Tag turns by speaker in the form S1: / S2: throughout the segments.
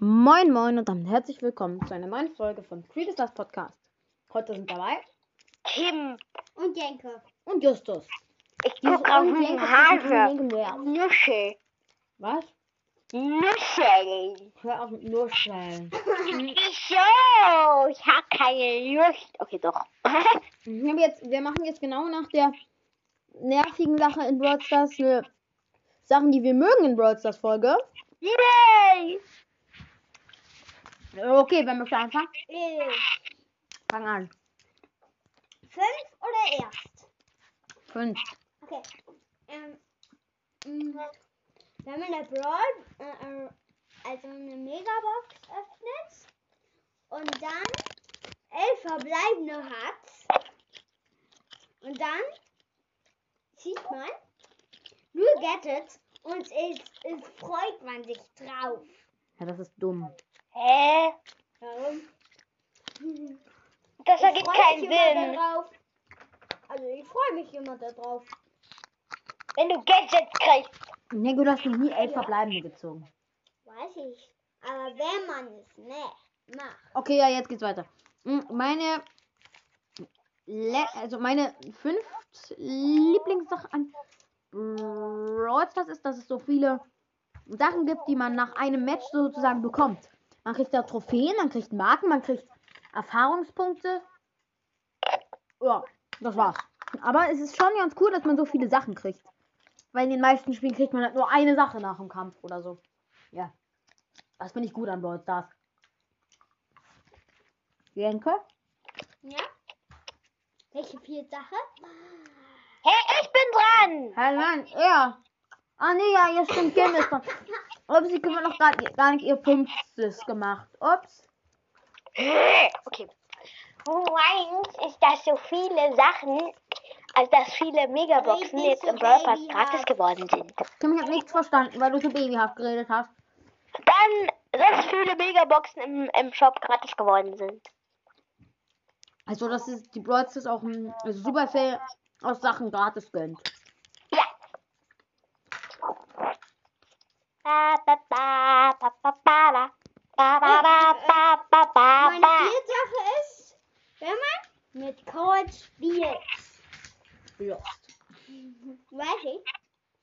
S1: Moin Moin und damit herzlich willkommen zu einer neuen Folge von Creed Stars Podcast. Heute sind dabei
S2: Kim,
S3: Und Jenke.
S1: und Justus.
S2: ich
S1: Diese
S2: guck auf
S1: Ohren
S2: diesen
S1: hängen
S2: Hase.
S1: auf diesen Regenwurm.
S2: Nüsse.
S1: Was?
S2: Nüsse.
S1: Hör auf mit nur schwellen.
S2: Wieso? Ich hab keine Lust. Okay, doch.
S1: Ich hab jetzt, wir machen jetzt genau nach der nervigen Sache in Brawl Stars eine Sachen, die wir mögen in Brawl Stars Folge.
S2: Yay!
S1: Okay, wer möchte anfangen?
S3: Äh,
S1: Fang an.
S3: fünf oder erst?
S1: Fünf.
S3: Okay. Ähm, mh, wenn man eine Brawl, äh, äh, also eine Megabox öffnet und dann elf verbleibende hat und dann zieht man nur Get It und es, es freut man sich drauf.
S1: Ja, das ist dumm.
S2: Hä?
S3: Warum?
S2: Das
S3: Ich
S2: ergibt
S3: freu
S2: keinen
S3: mich immer
S2: Sinn.
S3: darauf. Also ich freue mich immer darauf.
S2: Wenn du Gadget kriegst.
S1: Nee, du hast noch nie elf Verbleibende gezogen.
S3: Weiß ich. Aber wenn man es nicht macht.
S1: Okay, ja, jetzt geht's weiter. Hm, Meine, le also meine fünf Lieblingssache an Brawl Stars ist, dass es so viele Sachen gibt, die man nach einem Match sozusagen bekommt. Man kriegt da Trophäen, man kriegt Marken, man kriegt Erfahrungspunkte. Ja, das war's. Aber es ist schon ganz cool, dass man so viele Sachen kriegt. Weil in den meisten Spielen kriegt man halt nur eine Sache nach dem Kampf oder so. Ja. Das finde ich gut an Brawl Stars. Jenke?
S3: Ja? Welche vier Sache?
S2: Hä, ich bin dran.
S1: Nein, nein, er. Ah, nee, ja, jetzt stimmt, Kim ist dran. Ups, sie können noch gar, gar nicht ihr Fünftes gemacht. Ups.
S2: Okay. Du meinst, ist, dass so viele Sachen, also dass viele Megaboxen
S3: Baby
S2: jetzt
S3: zu
S2: im Brawl Pass
S3: Baby
S2: gratis
S3: haben.
S2: geworden sind?
S1: Kim, ich hab halt nichts verstanden, weil du zu babyhaft geredet hast.
S2: Dann, dass viele Megaboxen im, im Shop gratis geworden sind.
S1: Also, das ist, die Brawl Stars auch ein also Superfell aus Sachen gratis gönnt.
S2: Ja. Ba, ba, ba, ba, ba, ba, ba. Ba, ba, ba, ba, ba, ba,
S3: Meine
S2: ba.
S3: vierte Sache ist, wenn man mit Cold spielt.
S1: Lost.
S3: Weiß ich.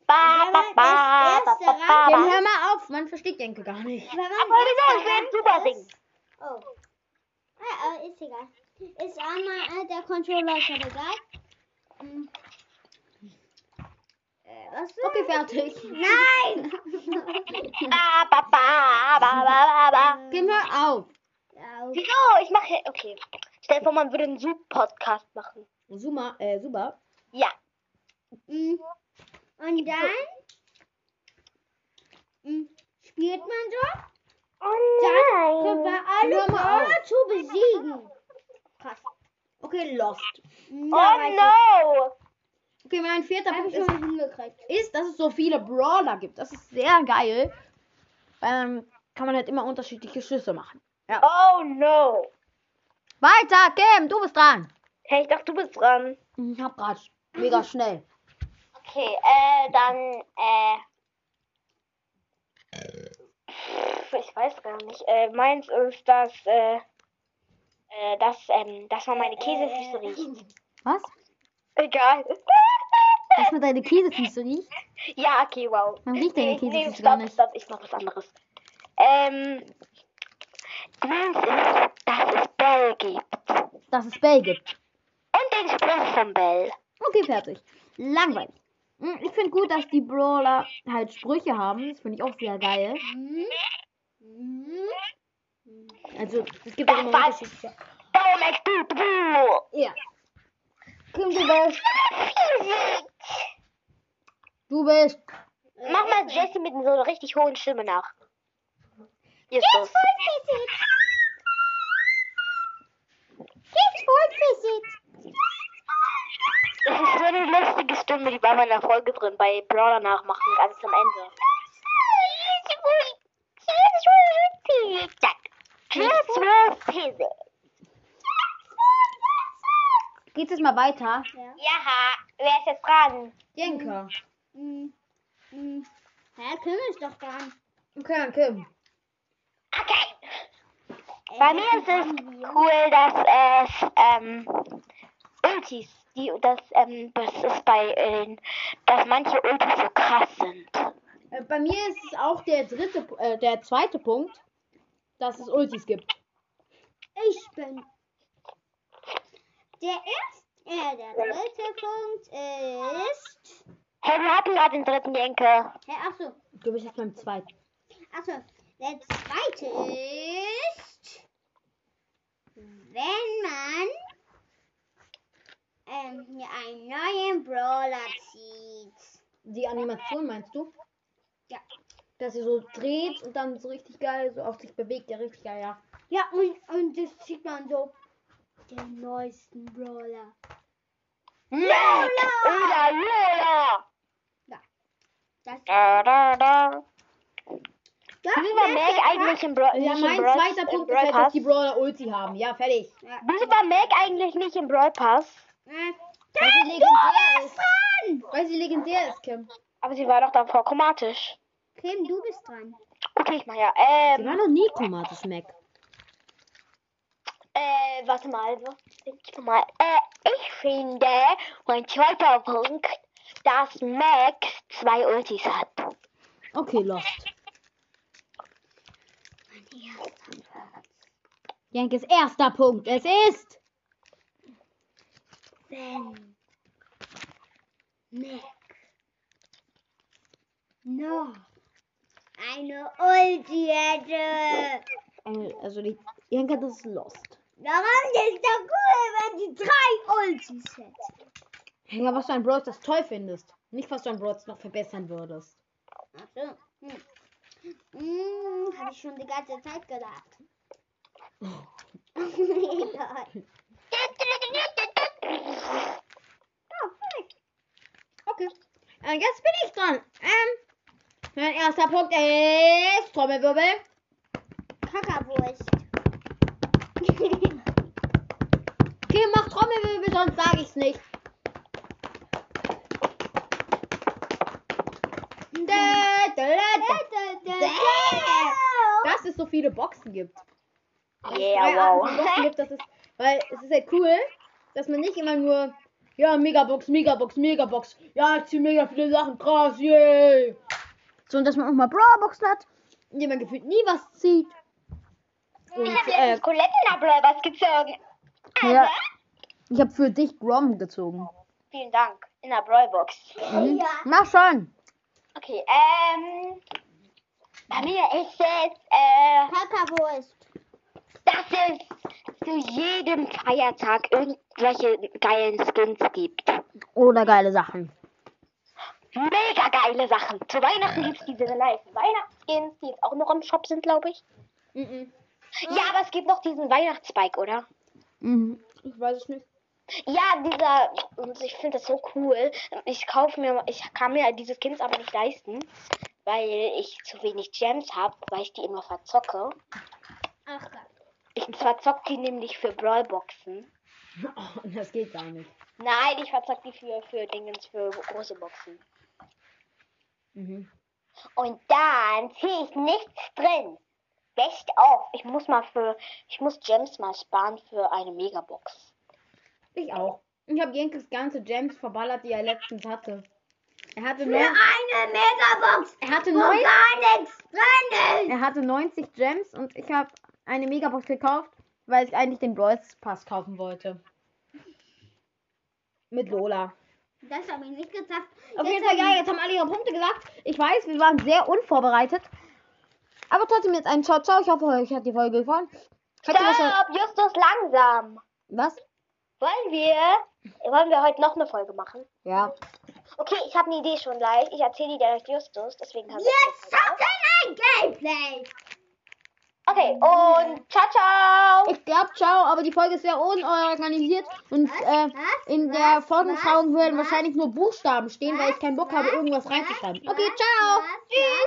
S2: Ba, ba, ba, ba, ba, ba,
S1: Kim,
S2: ba.
S1: hör mal auf, man versteht Jenke gar nicht.
S3: Wenn man
S2: Aber wieso? Ich
S3: erster
S2: werde super
S3: Rang
S2: singen.
S3: Oh. Ah, aber ist egal. Ist einmal äh, der Controller, ist aber egal. Hm. Äh, was war-
S1: Okay, fertig.
S3: Nein! Genau.
S2: Ba, ba, ba, ba, ba, ba, ba.
S1: Kim, hör auf.
S3: Ja, okay.
S2: Wieso? Ich mache. Okay. Stell dir vor, man würde einen Zoom-Podcast machen.
S1: Super, äh, super.
S2: Ja.
S3: Mm. Und dann mm, spielt man so, dann können wir alle
S1: Hör mal
S3: Brawler
S1: auf.
S3: zu besiegen. Krass.
S1: Okay, Lost.
S3: Mm, da
S2: Oh
S3: weiß ich.
S2: no!
S1: Okay, mein vierter
S3: Hab
S1: Punkt
S3: ich
S1: ist,
S3: schon mal hingekriegt.
S1: ist, dass es so viele Brawler gibt. Das ist sehr geil. Ähm, kann man halt immer unterschiedliche Schüsse machen.
S2: Oh no!
S1: Weiter, Kim, du bist dran.
S2: Hey, ich dachte, du bist dran.
S1: Ich hab grad mega schnell.
S2: Okay, äh, dann, äh. Pff, Ich weiß gar nicht. Äh, meins ist, dass, äh, äh, dass, ähm, dass man meine Käsefüße riecht.
S1: Was?
S2: Egal.
S1: Dass man deine Käsefüße riecht?
S2: ja, okay, wow.
S1: Man riecht deine
S2: Nee, nee,
S1: Käsefüße
S2: stopp,
S1: gar nicht.
S2: Stopp, ich mach was anderes. Ähm. Meins ist, dass es Bell gibt.
S1: Dass es Bell gibt.
S2: Und den Sprung von Bell.
S1: Okay, fertig. Langweilig. Hm, Ich finde gut, dass die Brawler halt Sprüche haben. Das finde ich auch sehr geil.
S3: Mm. Mm.
S1: Also, es gibt auch immer
S2: Das war-
S1: unterschiedliche.
S2: Bell macht du, du, du.
S1: Ja. Kim, du bist. Du bist.
S2: Mach mal Jessie mit so einer richtig hohen Stimme nach. Jetzt los.
S3: Jetzt holt Visit.
S2: Das ist so eine lustige Stimme, die war mal in der Folge drin, bei Brawler nachmachen, ganz am Ende.
S1: Geht's jetzt mal weiter?
S2: Ja, wer ist jetzt dran?
S1: Jenka.
S3: Hm. Mm. Mm. Ja, können wir es doch dann.
S1: Okay, Kim.
S2: Okay,
S3: Äh,
S2: Bei mir ist es cool, dass es ähm, Ultis, die, das, ähm, das ist bei, äh, dass manche Ultis so krass sind.
S1: Äh, bei mir ist es auch der dritte, P- äh, der zweite Punkt, dass es Ultis gibt.
S3: Ich bin. Der erste, äh, der dritte Punkt ist.
S2: Hey, wir hatten gerade den dritten Jenke.
S3: Hä, achso,
S1: Du bist jetzt beim zweiten.
S3: achso. Der zweite ist. Wenn man. Ähm, ja, einen neuen Brawler zieht.
S1: Die Animation meinst du?
S3: Ja.
S1: Dass sie so dreht und dann so richtig geil so auf sich bewegt. Ja, richtig geil, ja.
S3: Ja, und, und das sieht man so. Den neuesten Brawler.
S2: Nett! Oder Lola!
S3: Das
S2: Da, da, da.
S3: das
S2: Wieso
S3: ist
S2: Meg
S3: der
S2: eigentlich im Bro
S1: Ja,
S2: nicht
S1: mein
S2: im Brawl-
S1: zweiter
S2: im
S1: Punkt ist
S2: Brawl
S1: halt, dass
S2: Pass?
S1: die Brawler Ulti haben. Ja, fertig.
S3: Tag.
S2: Wieso war Meg eigentlich nicht im Brawl Pass?
S3: Ja.
S1: Weil sie legendär ist. Weil sie legendär ist, Kim.
S2: Aber sie war doch davor chromatisch.
S3: Kim, du bist dran.
S2: Okay, ich mach ja. Ähm,
S1: noch nie chromatisch, Mac.
S2: äh, warte mal. was denk Ich, mal. Äh, ich finde, mein zweiter Punkt, dass Max zwei Ultis hat.
S1: Okay, Lost. Jenkes erster Punkt. Es ist.
S3: Wenn Mac noch eine Ulti hätte.
S1: Äh, Also, die, Jenke, das ist Lost.
S3: Warum ist das cool, wenn die drei Ultis hätte?
S1: Jenke, was du an Bros das toll findest. Nicht, was du an Bros noch verbessern würdest.
S3: Achso. Hm. Hm, hab ich schon die ganze Zeit gedacht. Egal.
S1: Okay. Äh, jetzt bin ich dran. Ähm, mein erster Punkt ist. Trommelwirbel.
S3: Kackerwurst.
S1: Kim, mach Trommelwirbel, sonst sage ich's nicht. Da, da, da, da. Dass es so viele Boxen gibt.
S2: Yeah,
S1: Drei Arten von Boxen
S2: wow.
S1: gibt, das ist, weil es ist halt cool, dass man nicht immer nur, ja, Megabox, Megabox, Megabox, ja, ich zieh mega viele Sachen, krass, yay. Sondern dass man auch mal Brawlboxen hat, in dem man gefühlt nie was zieht. Und,
S2: Ich hab
S1: äh,
S2: letztens Colette in der Brawl Pass gezogen.
S1: ja, ich habe für dich Grom gezogen.
S2: Vielen Dank. In der Brawl Box.
S1: Mhm.
S3: Ja.
S1: Na schon.
S2: Okay, ähm. Bei mir ist es, äh,
S3: Kackerwurst.
S2: dass es zu jedem Feiertag irgendwelche geilen Skins gibt.
S1: Oder geile Sachen.
S2: Mega geile Sachen. Zu Weihnachten gibt es diese nice Weihnachtsskins, die jetzt auch noch im Shop sind, glaube ich.
S1: Mhm.
S2: Ja, aber es gibt noch diesen Weihnachtsbike, oder?
S1: Mhm. Ich weiß es nicht.
S2: Ja, dieser. Und ich finde das so cool. Ich kaufe mir, ich kann mir diese Skins aber nicht leisten, weil ich zu wenig Gems habe, weil ich die immer verzocke.
S3: Ach Gott.
S2: Ich verzocke die nämlich für Brawlboxen.
S1: Oh, das geht gar nicht.
S2: Nein, ich verzocke die für, für Dingens, für große Boxen.
S1: Mhm.
S2: Und dann ziehe ich nichts drin. Wäscht auf. Ich muss mal für. Ich muss Gems mal sparen für eine Megabox.
S1: Ich auch. Ich habe Jenkes ganze Gems verballert, die er letztens hatte. Er hatte,
S3: Für
S1: neun,
S3: eine Megabox,
S1: er hatte,
S3: wo
S1: neun,
S3: gar nichts drin ist.
S1: er hatte 90 Gems und ich habe eine Megabox gekauft, weil ich eigentlich den Brawls Pass kaufen wollte. Mit Lola.
S3: Das habe ich nicht gesagt.
S1: Auf jeden Fall, ja, jetzt haben alle ihre Punkte gesagt. Ich weiß, wir waren sehr unvorbereitet. Aber trotzdem jetzt ein Ciao, ciao. Ich hoffe, euch hat die Folge gefallen. Falls ihr was-
S2: Stopp, Justus, langsam.
S1: Was?
S2: Wollen wir. Wollen wir heute noch eine Folge machen?
S1: Ja.
S2: Okay, ich habe eine Idee schon gleich. Ich erzähle die direkt Justus, deswegen kann
S3: Jetzt zocken ein Gameplay.
S2: Okay, und ciao, ciao.
S1: Ich glaube, ciao, aber die Folge ist sehr unorganisiert und äh,
S3: Was? Was?
S1: in der
S3: Was?
S1: Folgenbeschreibung
S3: Was?
S1: werden
S3: Was?
S1: wahrscheinlich nur Buchstaben stehen, weil ich keinen Bock habe, irgendwas
S3: Was?
S1: reinzuschreiben.
S3: Was?
S1: Okay, ciao.
S3: Was? Was?